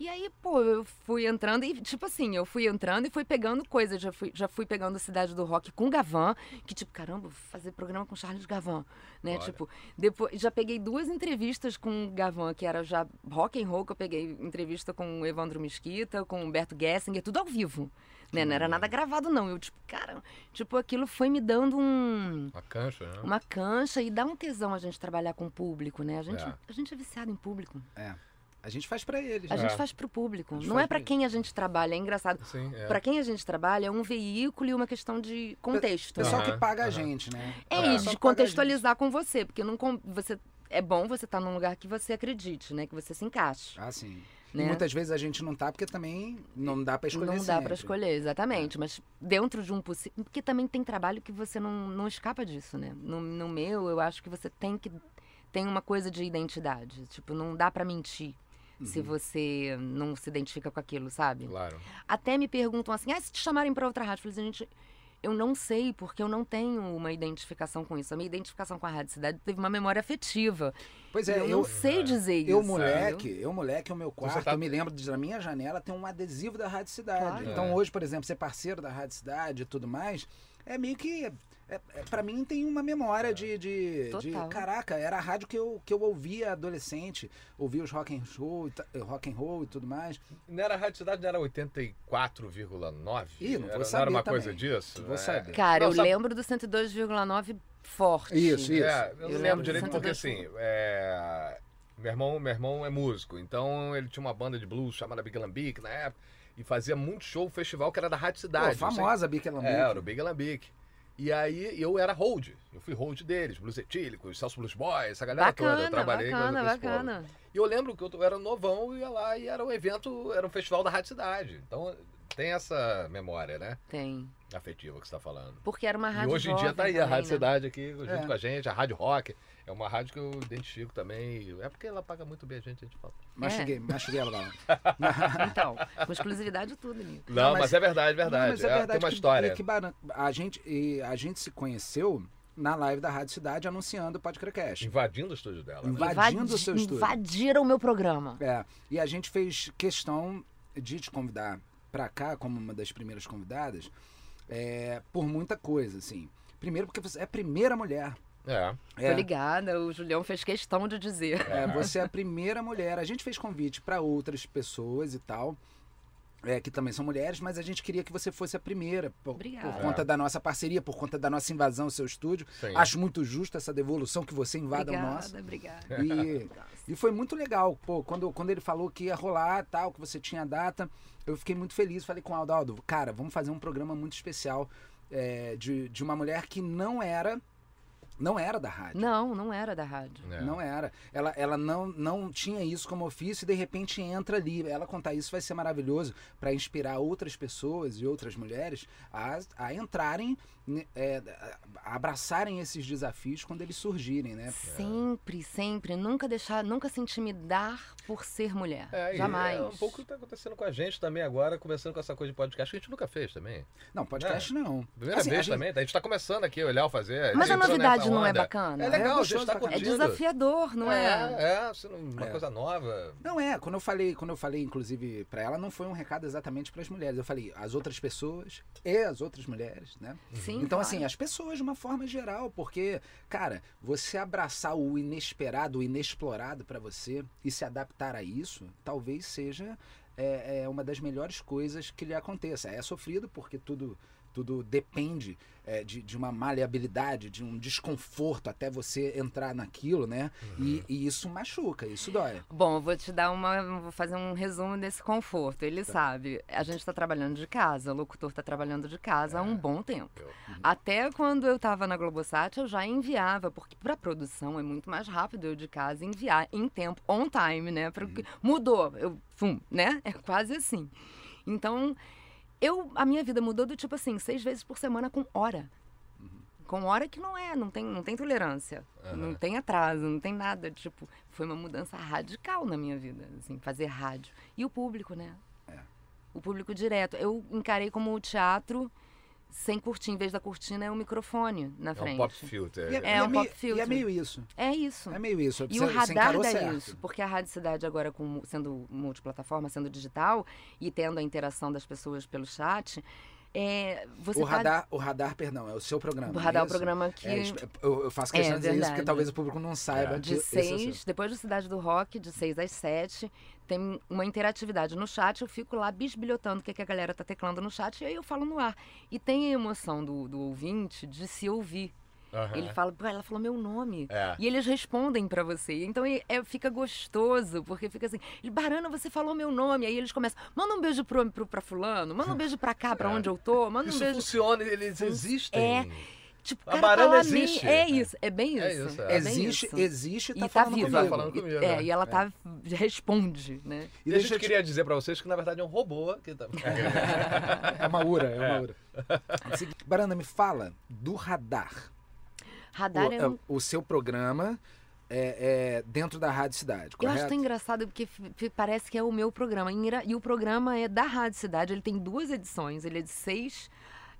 E aí, pô, eu fui entrando e, tipo assim, eu fui entrando e fui pegando coisas. Já fui, já fui pegando Cidade do Rock com Gavan, que, tipo, caramba, vou fazer programa com Charles Gavan, né? Olha. Tipo, depois, já peguei duas entrevistas com o Gavan, que era já rock and roll, que eu peguei entrevista com o Evandro Mesquita, com o Humberto Gessinger, tudo ao vivo, né? Não era nada gravado, não. Eu, tipo, caramba, tipo, aquilo foi me dando um Uma cancha, né? uma cancha e dá um tesão a gente trabalhar com o público, né? A gente É. é, a gente é viciado em público. A gente faz pra eles. A né? gente É. faz pro público, A gente não faz é pra pra- quem a gente trabalha, é engraçado. Sim, é. Pra quem a gente trabalha é um veículo e uma questão de contexto. Pessoal que Aham, paga a aham. gente, né? É, É. e de contextualizar com você, porque não com- você é bom você estar num lugar que você acredite, né, que você se encaixe. Ah, sim. E Né? muitas vezes a gente não tá, porque também não dá pra escolher não dá sempre. É. pra escolher, exatamente. Mas dentro de um possível. Porque também tem trabalho que você não, não escapa disso, né? No, no meu, eu acho que você tem que. Tem uma coisa de identidade. Tipo, não dá pra mentir Uhum. se você não se identifica com aquilo, sabe? Claro. Até me perguntam assim: ah, se te chamarem pra outra rádio? Eu falei, gente. Eu não sei, porque eu não tenho uma identificação com isso. A minha identificação com a Rádio Cidade teve uma memória afetiva. Pois E é, eu, eu, não sei dizer isso. eu entendeu? moleque, eu moleque, o meu Então você quarto, tá- eu me lembro de, na minha janela tem um adesivo da Rádio Cidade. Claro. Então É. hoje, por exemplo, ser parceiro da Rádio Cidade e tudo mais, é meio que... É, é, pra mim tem uma É. memória de, de, de- Total. Caraca, era a rádio que eu, que eu ouvia adolescente, ouvia os rock and, roll, e ta- rock and roll e tudo mais. Não era a Rádio Cidade, não era 84,9? Ih, não vou era, saber era uma também. coisa disso? Vou É. saber. Cara, Não, eu sabe- lembro do 102,9 forte. Isso, isso. É, eu, não Eu lembro lembro direito de porque 102. assim, é, Meu irmão, meu irmão é músico, então ele tinha uma banda de blues chamada Big Lambic na época e fazia muito show, festival que era da Rádio Cidade. Pô, famosa a Bica É, era o Big Lambic. E aí eu era hold, eu fui hold deles, Blues Etílicos, Celso Blues Boys, essa galera toda. Eu Bacana, trabalhei bacana, com esse povo. bacana. E eu lembro que eu era novão e ia lá e era um evento, era um festival da Rádio Cidade. Então tem essa memória, né? Tem. Afetiva que você está falando. Porque era uma E rádio hoje em dia jovem tá aí a também, Rádio né? Cidade aqui junto É. com a gente, a Rádio Rock. É uma rádio que eu identifico também. É porque ela paga muito bem a gente, a gente fala. É. Mastiguei, mastiguei ela lá. Então, com exclusividade e tudo, amigo. Não, mas, é verdade, verdade. Não, mas é É, verdade tem uma que- história. que Baran- a, gente, e a gente se conheceu na live da Rádio Cidade anunciando o Podcast. Invadindo o estúdio dela. né? Invadindo Invadi- o seu estúdio. Invadiram o meu programa. É, e a gente fez questão de te convidar pra cá como uma das primeiras convidadas é, por muita coisa, assim. Primeiro porque você é a primeira mulher. É. É, Tô ligada, o Julião fez questão de dizer. É, você é a primeira mulher. A gente fez convite para outras pessoas e tal, é, que também são mulheres, mas a gente queria que você fosse a primeira, por, Obrigada. por conta da nossa parceria, por conta da nossa invasão ao seu estúdio. Sim. Acho muito justo essa devolução que você invada o nosso. Obrigada, obrigada. E, e foi muito legal, pô, quando, quando ele falou que ia rolar, tal, que você tinha a data, eu fiquei muito feliz. Falei com o Aldo, Aldo, cara, vamos fazer um programa muito especial é, de, de uma mulher que não era, não era da rádio. Não, não era da rádio. É. Não era. Ela, ela não, não tinha isso como ofício e de repente entra ali. Ela contar isso vai ser maravilhoso para inspirar outras pessoas e outras mulheres a, a entrarem, né, é, a abraçarem esses desafios quando eles surgirem, né? Sempre, sempre. Nunca deixar, nunca se intimidar por ser mulher. É, e Jamais. É um pouco o que tá acontecendo com a gente também agora, começando com essa coisa de podcast que a gente nunca fez também. Não, podcast não. Primeira Assim, a vez gente- também, tá? a gente tá começando aqui, o Léo fazer. gente Mas a entrou novidade nessa não é onda. bacana? É legal, É a gente tá gostoso pra É caralho. curtindo. desafiador, não é? É, assim, uma É. coisa nova. Não é, quando eu falei, quando eu falei inclusive pra ela, não foi um recado exatamente para as mulheres. Eu falei as outras pessoas e as outras mulheres, né? Sim. Então claro. assim, as pessoas de uma forma geral, porque, cara, você abraçar o inesperado, o inexplorado pra você e se adaptar a isso, talvez seja é, é, uma das melhores coisas que lhe aconteça. É sofrido porque tudo tudo depende é, de, de uma maleabilidade, de um desconforto até você entrar naquilo, né? E, e isso machuca, isso dói. Bom, eu vou te dar uma. Vou fazer um resumo desse conforto. Ele sabe, a gente está trabalhando de casa, o locutor está trabalhando de casa há um bom tempo. Eu- Até quando eu estava na Globosat, eu já enviava, porque para produção é muito mais rápido eu de casa enviar em tempo, on time, né? Pro que- Mudou, eu, fum, né? É quase assim. Então, eu, a minha vida mudou do tipo assim, seis vezes por semana com hora. Com hora que não é, não tem, não tem tolerância, não Aham. tem atraso, não tem nada. Tipo, foi uma mudança radical na minha vida, assim, fazer rádio. E o público, né? O público direto. Eu encarei como o teatro sem cortina. Em vez da cortina, é o microfone na É um frente. pop filter. E É e um meio- pop filter. E é meio isso. É isso. É meio isso. E você- o você radar encarou dá certo. isso, porque a Rádio Cidade agora com, sendo multiplataforma, sendo digital e tendo a interação das pessoas pelo chat, é, você o tá- radar, o radar, perdão, é o seu programa. o radar é o isso? programa que... É, esp- eu, eu faço questão de É, dizer isso porque verdade. talvez o público não saiba. que É. De esse é o seu. seis, depois do Cidade do Rock, de seis às sete, tem uma interatividade no chat, eu fico lá bisbilhotando o que, é que a galera tá teclando no chat e aí eu falo no ar. E tem a emoção do, do ouvinte de se ouvir. Aham. Ele fala, "Pô, ela falou meu nome. É. E eles respondem pra você. Então é, é- fica gostoso, porque fica assim: Barana, você falou meu nome. Aí eles começam: manda um beijo pro, pro, pra Fulano, manda um beijo pra cá, pra É. onde eu tô, manda um Isso beijo. funciona, eles existem. Tipo, A cara, Barana tá lá existe. meio- É isso, é bem isso. É isso, é. bem Existe, isso. existe E tá tá, falando viva. comigo. Tá falando E- comigo, é, né? e ela tá, responde, né? E E a gente deixa eu te... queria dizer pra vocês que, na verdade, é um robô que tá... É uma ura, é uma ura. Seguinte, Baranda, me fala do radar. Radar o, é um é, o seu programa é, é dentro da Rádio Cidade, Eu correto? acho tão engraçado porque f- f- parece que é o meu programa. Engra- E o programa é da Rádio Cidade, ele tem duas edições, ele é de seis.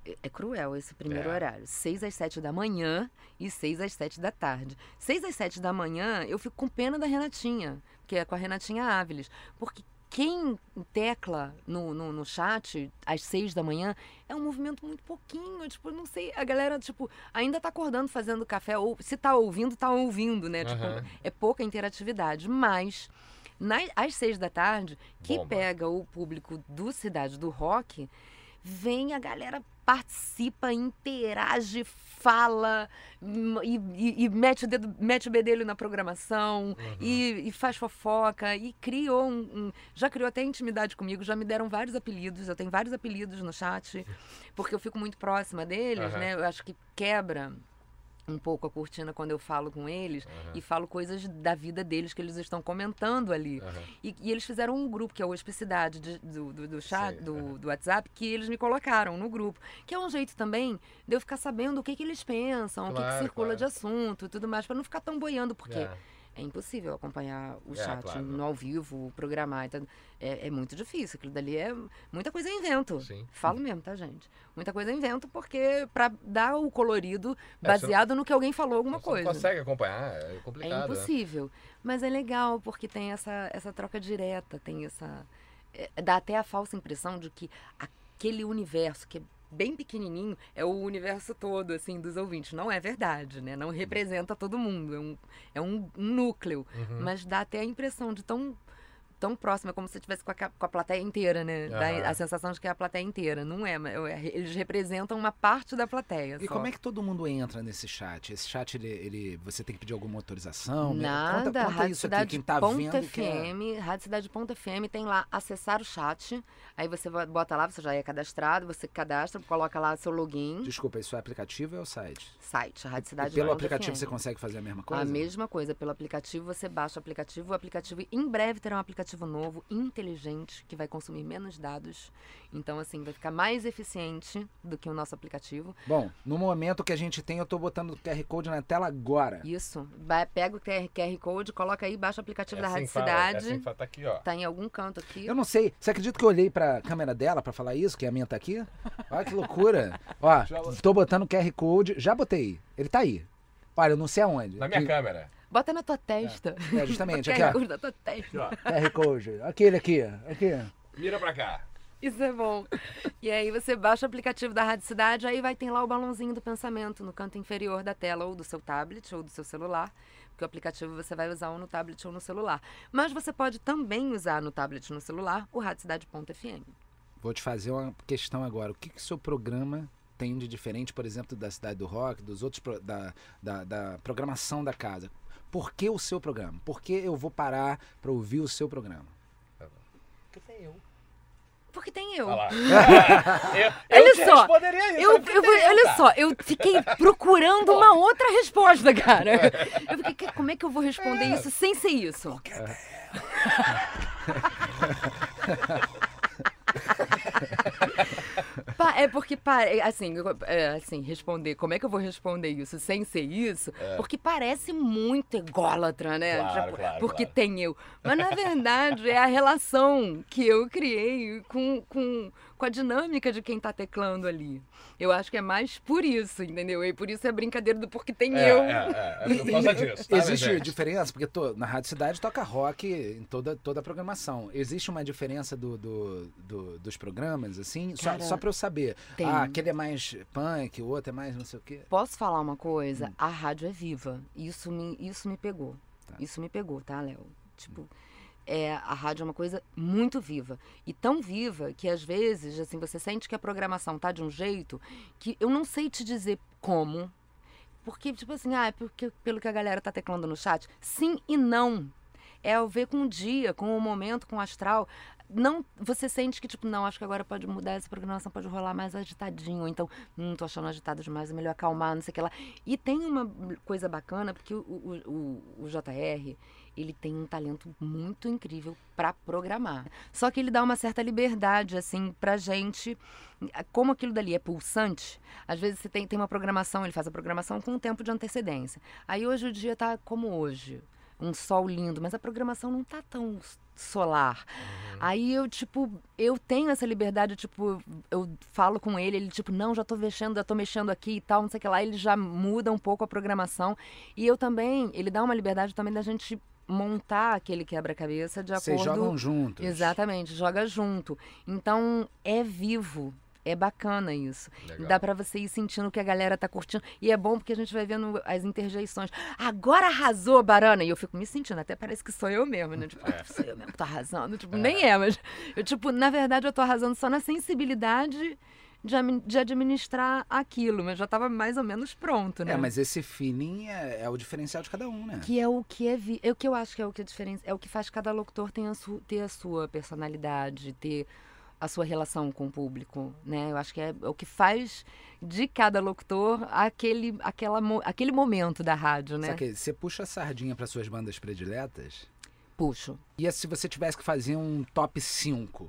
é- É cruel esse primeiro É. horário. seis às sete da manhã e seis às sete da tarde. seis às sete da manhã, eu fico com pena da Renatinha, que é com a Renatinha Áviles. Porque quem tecla no, no, no chat às seis da manhã é um movimento muito pouquinho. Tipo, eu não sei, a galera, tipo, ainda tá acordando fazendo café, ou se tá ouvindo, tá ouvindo, né? Tipo, Aham. é pouca interatividade, mas na- às seis da tarde, que Bomba. pega o público do Cidade do Rock, Vem, a galera participa, interage, fala hum, e, e- e mete, o dedo, mete o bedelho na programação e, e faz fofoca e criou um, um- Já criou até intimidade comigo, já me deram vários apelidos, eu tenho vários apelidos no chat, porque eu fico muito próxima deles, Aham. né? Eu acho que quebra um pouco a cortina quando eu falo com eles Aham, e falo coisas da vida deles que eles estão comentando ali. aham. E, e eles fizeram um grupo, que é o Hospicidade de- do, do, do chat, Sei, aham. do, do WhatsApp, que eles me colocaram no grupo. Que é um jeito também de eu ficar sabendo o que, que eles pensam, o que que, Claro, circula claro. de assunto e tudo mais, para não ficar tão boiando, porque é, É. impossível acompanhar o É, chat claro. no ao vivo, programar. Então, é, é muito difícil, aquilo dali é muita coisa é invento. Sim. Falo mesmo, tá, gente? Muita coisa é invento, porque para dar o colorido É, você não- baseado no que alguém falou alguma Você coisa. Não consegue acompanhar, é É complicado. né? impossível. Mas é legal, porque tem essa, essa troca direta, tem essa. é, dá até a falsa impressão de que aquele universo que é bem pequenininho é o universo todo, assim, dos ouvintes. Não é verdade, né? Não representa todo mundo. É um, é um, um núcleo. Uhum. Mas dá até a impressão de tão. Tão próximo, é como se você estivesse com a, ca- com a plateia inteira, né? Dá Aham. a sensação de que é a plateia inteira. Não é, mas é- eles representam uma parte da plateia. E só. como é que todo mundo entra nesse chat? Esse chat, ele, ele- você tem que pedir alguma autorização? Me- Nada, conta, conta Rádio isso aqui, Cidade quem tá Ponto vendo FM, que é... Rádio Cidade Ponto FM, tem lá acessar o chat, aí você va- bota lá, você já é cadastrado, você cadastra, coloca lá seu login, Desculpa, isso é aplicativo ou é o site? site, Rádio E Cidade pelo Ponto aplicativo FM. você consegue fazer a mesma coisa? A mesma coisa, pelo aplicativo, você baixa o aplicativo, o aplicativo em breve terá um aplicativo novo, inteligente, que vai consumir menos dados, então assim, vai ficar mais eficiente do que o nosso aplicativo. Bom, no momento que a gente tem, eu tô botando o QR Code na tela agora. Isso, ba- pega o QR, Code, coloca aí, baixa o aplicativo É da assim Rádio que fala, é Cidade, assim que fala, tá aqui, ó. tá em algum canto aqui. Eu não sei. Você acredita que eu olhei pra câmera dela pra falar isso? Que a minha tá aqui? Olha que loucura. Ó, Já- tô botando o QR Code. Já botei. Ele tá aí. Olha, eu não sei aonde. Na minha Que- câmera. Bota na tua testa. É, justamente. Aqui, Quer ó. cor da tua testa. QR Code. Aquele aqui. Aqui. Mira pra cá. Isso é bom. E aí você baixa o aplicativo da Rádio Cidade, aí vai ter lá o balãozinho do pensamento no canto inferior da tela, ou do seu tablet, ou do seu celular. Porque o aplicativo você vai usar ou no tablet ou no celular. Mas você pode também usar no tablet ou no celular o radiocidade.fm. Vou te fazer uma questão agora. O que que o seu programa tem de diferente, por exemplo, da Cidade do Rock, dos outros pro- da, da, da programação da casa? Por que o seu programa? Por que eu vou parar pra ouvir o seu programa? Que tem eu. Porque tem eu. Olha lá. eu, Olha te só, responderia isso. Eu, sabe que eu- tem eu, olha cara. só, eu fiquei procurando uma outra resposta, cara. Eu fiquei, "Que- como é que eu vou responder isso sem ser isso? É. Pa- É porque, pa- é, assim, eu- é, assim, responder, como é que eu vou responder isso sem ser isso? Porque parece muito ególatra, né? É. Claro, claro, porque claro. tem eu. Mas, na verdade, é a relação que eu criei com, com, com a dinâmica de quem tá teclando ali. Eu acho que é mais por isso, entendeu? E por isso é brincadeira do porque tem É, eu. é, é, é por causa disso. Tá, né, Existe gente? diferença, porque to- na Rádio Cidade toca rock em toda, toda a programação. Existe uma diferença do, do- do- dos programas, assim? Só- Cara, só pra eu saber. tem. Ah, aquele é mais punk, o outro é mais não sei o quê. Posso falar uma coisa? A rádio é viva. Isso me, isso me pegou. Tá. Isso me pegou, tá, Léo? Tipo, é, a rádio é uma coisa muito viva. E tão viva que às vezes, assim, você sente que a programação tá de um jeito que eu não sei te dizer como. Porque, tipo assim, ah, é porque, pelo que a galera tá teclando no chat. Sim e não. É ao ver com o dia, com o momento, com o astral. Não, você sente que, tipo, não, acho que agora pode mudar essa programação, pode rolar mais agitadinho. Ou então, hum, tô achando agitado demais, é melhor acalmar, não sei o que lá. E tem uma coisa bacana, porque o, o, o, o JR, ele tem um talento muito incrível pra programar. Só que ele dá uma certa liberdade, assim, pra gente. Como aquilo dali é pulsante, às vezes você tem, tem uma programação, ele faz a programação com um tempo de antecedência. Aí hoje o dia tá como hoje. Um sol lindo, mas a programação não tá tão solar. Aí eu, tipo, eu tenho essa liberdade, tipo, eu falo com ele, ele, tipo, não, já tô mexendo, já tô mexendo aqui e tal, não sei o que lá, ele já muda um pouco a programação. E eu também, ele dá uma liberdade também da gente montar aquele quebra-cabeça de Vocês acordo. jogam juntos. Exatamente, joga junto. Então é vivo. É bacana isso. Legal. Dá pra você ir sentindo que a galera tá curtindo. E é bom porque a gente vai vendo as interjeições. Agora arrasou, Barana! E eu fico me sentindo, até parece que sou eu mesmo, né? Tipo, É. sou eu mesmo que tô arrasando. Tipo, nem é, mas eu, tipo, na verdade eu tô arrasando só na sensibilidade de, ami- de administrar aquilo, mas já tava mais ou menos pronto, né? É, mas esse feeling é, é o diferencial de cada um, né? Que é o que é, vi... é o que eu acho que é o que é diferença, é o que faz cada locutor ter a, su- ter a sua personalidade, ter a sua relação com o público, né? Eu acho que é, é o que faz de cada locutor aquele, aquela, mo- aquele momento da rádio, né? Sabe que você puxa a sardinha para suas bandas prediletas? Puxo. E se você tivesse que fazer um top 5?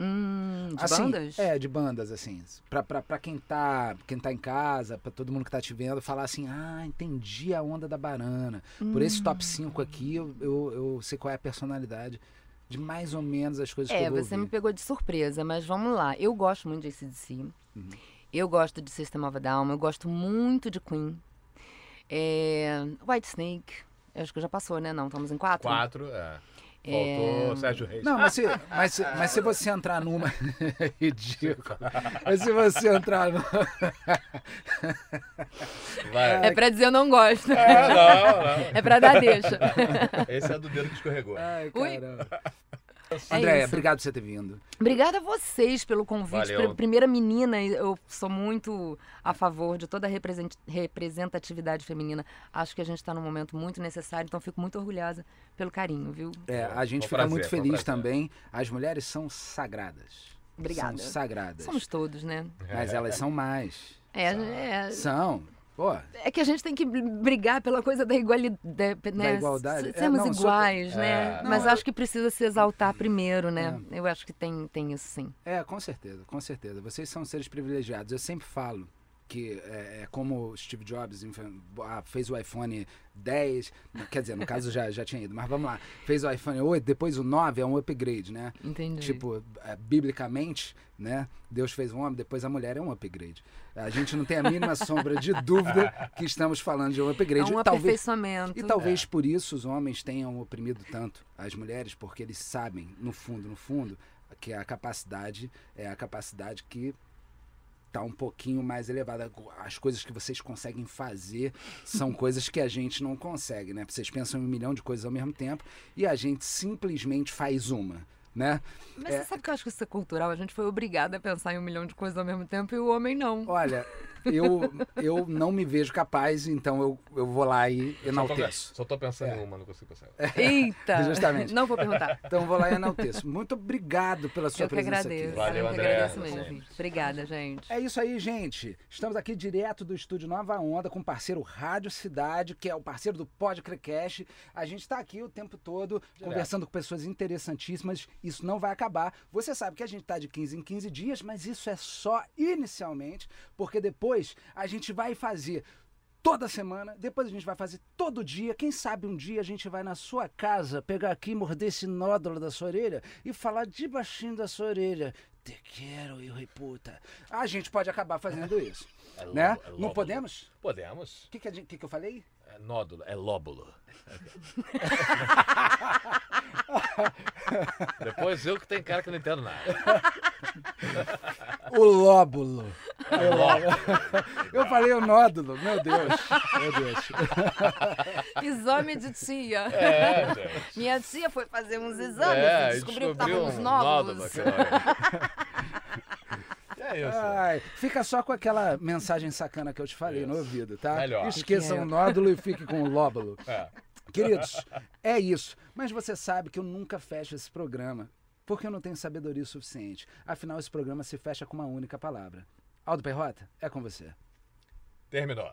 Hum, de assim, bandas? É, de bandas, assim. Pra, pra, pra quem, tá, quem tá em casa, pra todo mundo que tá te vendo, falar assim: ah, entendi a onda da banana. Por esse Hum. top 5 aqui, eu, eu, eu sei qual é a personalidade de mais ou menos as coisas que É, eu vou você me ouvir. pegou de surpresa, mas vamos lá. Eu gosto muito de ACDC. Uhum. Eu gosto de System of a Down. Eu gosto muito de Queen. É... White Snake. Acho que já passou, né? Não, estamos em quatro? Quatro, é. Faltou Sérgio Reis. Não, mas se, mas, se- mas se você entrar numa. é Ridículo. Mas se você entrar numa. Vai. É pra dizer eu não gosto. É, não, É pra dar deixa. não. Esse é do dedo que escorregou. Ai, Ui. caramba. É Andréia, isso. obrigado por você ter vindo. Obrigada a vocês pelo convite. Valeu. Pri- Primeira menina, eu sou muito a favor de toda a represent- representatividade feminina. Acho que a gente está num momento muito necessário, então fico muito orgulhosa pelo carinho, viu? É, a gente fica Foi um prazer, muito foi um feliz prazer. também. As mulheres são sagradas. Obrigada. São sagradas. Somos todos, né? Mas elas são mais. É, é, São. Pô, é que a gente tem que brigar pela coisa da igualdade, né? Da igualdade. S- É, Sermos não, sou- iguais, né? É. Mas Não, acho que precisa se exaltar primeiro, né? Eu acho que tem, tem isso sim. é, com certeza, com certeza. Vocês são seres privilegiados. Eu sempre falo que é, é como o Steve Jobs enfim, ah, fez o iPhone 10, quer dizer, no caso já, já tinha ido, mas vamos lá. Fez o iPhone 8, depois o 9 é um upgrade, né? Entendi. Tipo, é, biblicamente, né? Deus fez o homem, depois a mulher é um upgrade. A gente não tem a mínima sombra de dúvida que estamos falando de um é upgrade. um E talvez aperfeiçoamento. E talvez por isso os homens tenham oprimido tanto as mulheres, porque eles sabem, no fundo, no fundo, que a capacidade é a capacidade que tá um pouquinho mais elevada. As coisas que vocês conseguem fazer são coisas que a gente não consegue, né? Vocês pensam em um milhão de coisas ao mesmo tempo e a gente simplesmente faz uma, né? Mas É. você sabe que eu acho que isso é cultural? A gente foi obrigada a pensar em um milhão de coisas ao mesmo tempo e o homem não. Olha, eu, eu não me vejo capaz, então eu, eu vou lá e Só tô, enalteço. só tô pensando em uma, não consigo pensar. Eita! É, Justamente. Não vou perguntar. Então eu vou lá e enalteço. Muito obrigado pela sua eu que presença agradeço. aqui. Valeu, eu que André. agradeço Valeu. mesmo. gente. Obrigada, gente. É isso aí, gente. Estamos aqui direto do estúdio Nova Onda com o parceiro Rádio Cidade, que é o parceiro do Podcrecast. A gente está aqui o tempo todo conversando com pessoas interessantíssimas. Isso não vai acabar. Você sabe que a gente está de 15 em 15 dias, mas isso é só inicialmente, porque depois a gente vai fazer toda semana, depois a gente vai fazer todo dia. Quem sabe um dia a gente vai na sua casa pegar aqui, morder esse nódulo da sua orelha e falar de baixinho da sua orelha. Te quero, eu reputa. A gente pode acabar fazendo isso, É lóbulo, né? é Não lóbulo. podemos? Podemos. O que, que, a gente- que que eu falei? É nódulo, é lóbulo. Depois eu que tem cara que não entendo nada. O lóbulo. É lóbulo. Eu falei o nódulo, meu Deus. Meu Deus. Exame de tia. É, gente. Minha tia foi fazer uns exames É, e descobriu, que descobriu estavam uns um nódulo nódulos. naquela hora. É isso. Ai, fica só com aquela mensagem sacana que eu te falei no Isso. ouvido, tá? Melhor. Esqueça o nódulo e fique com o lóbulo. É. Queridos, é isso. Mas você sabe que eu nunca fecho esse programa, porque eu não tenho sabedoria suficiente. Afinal, esse programa se fecha com uma única palavra. Aldo Perrota, é com você. Terminou.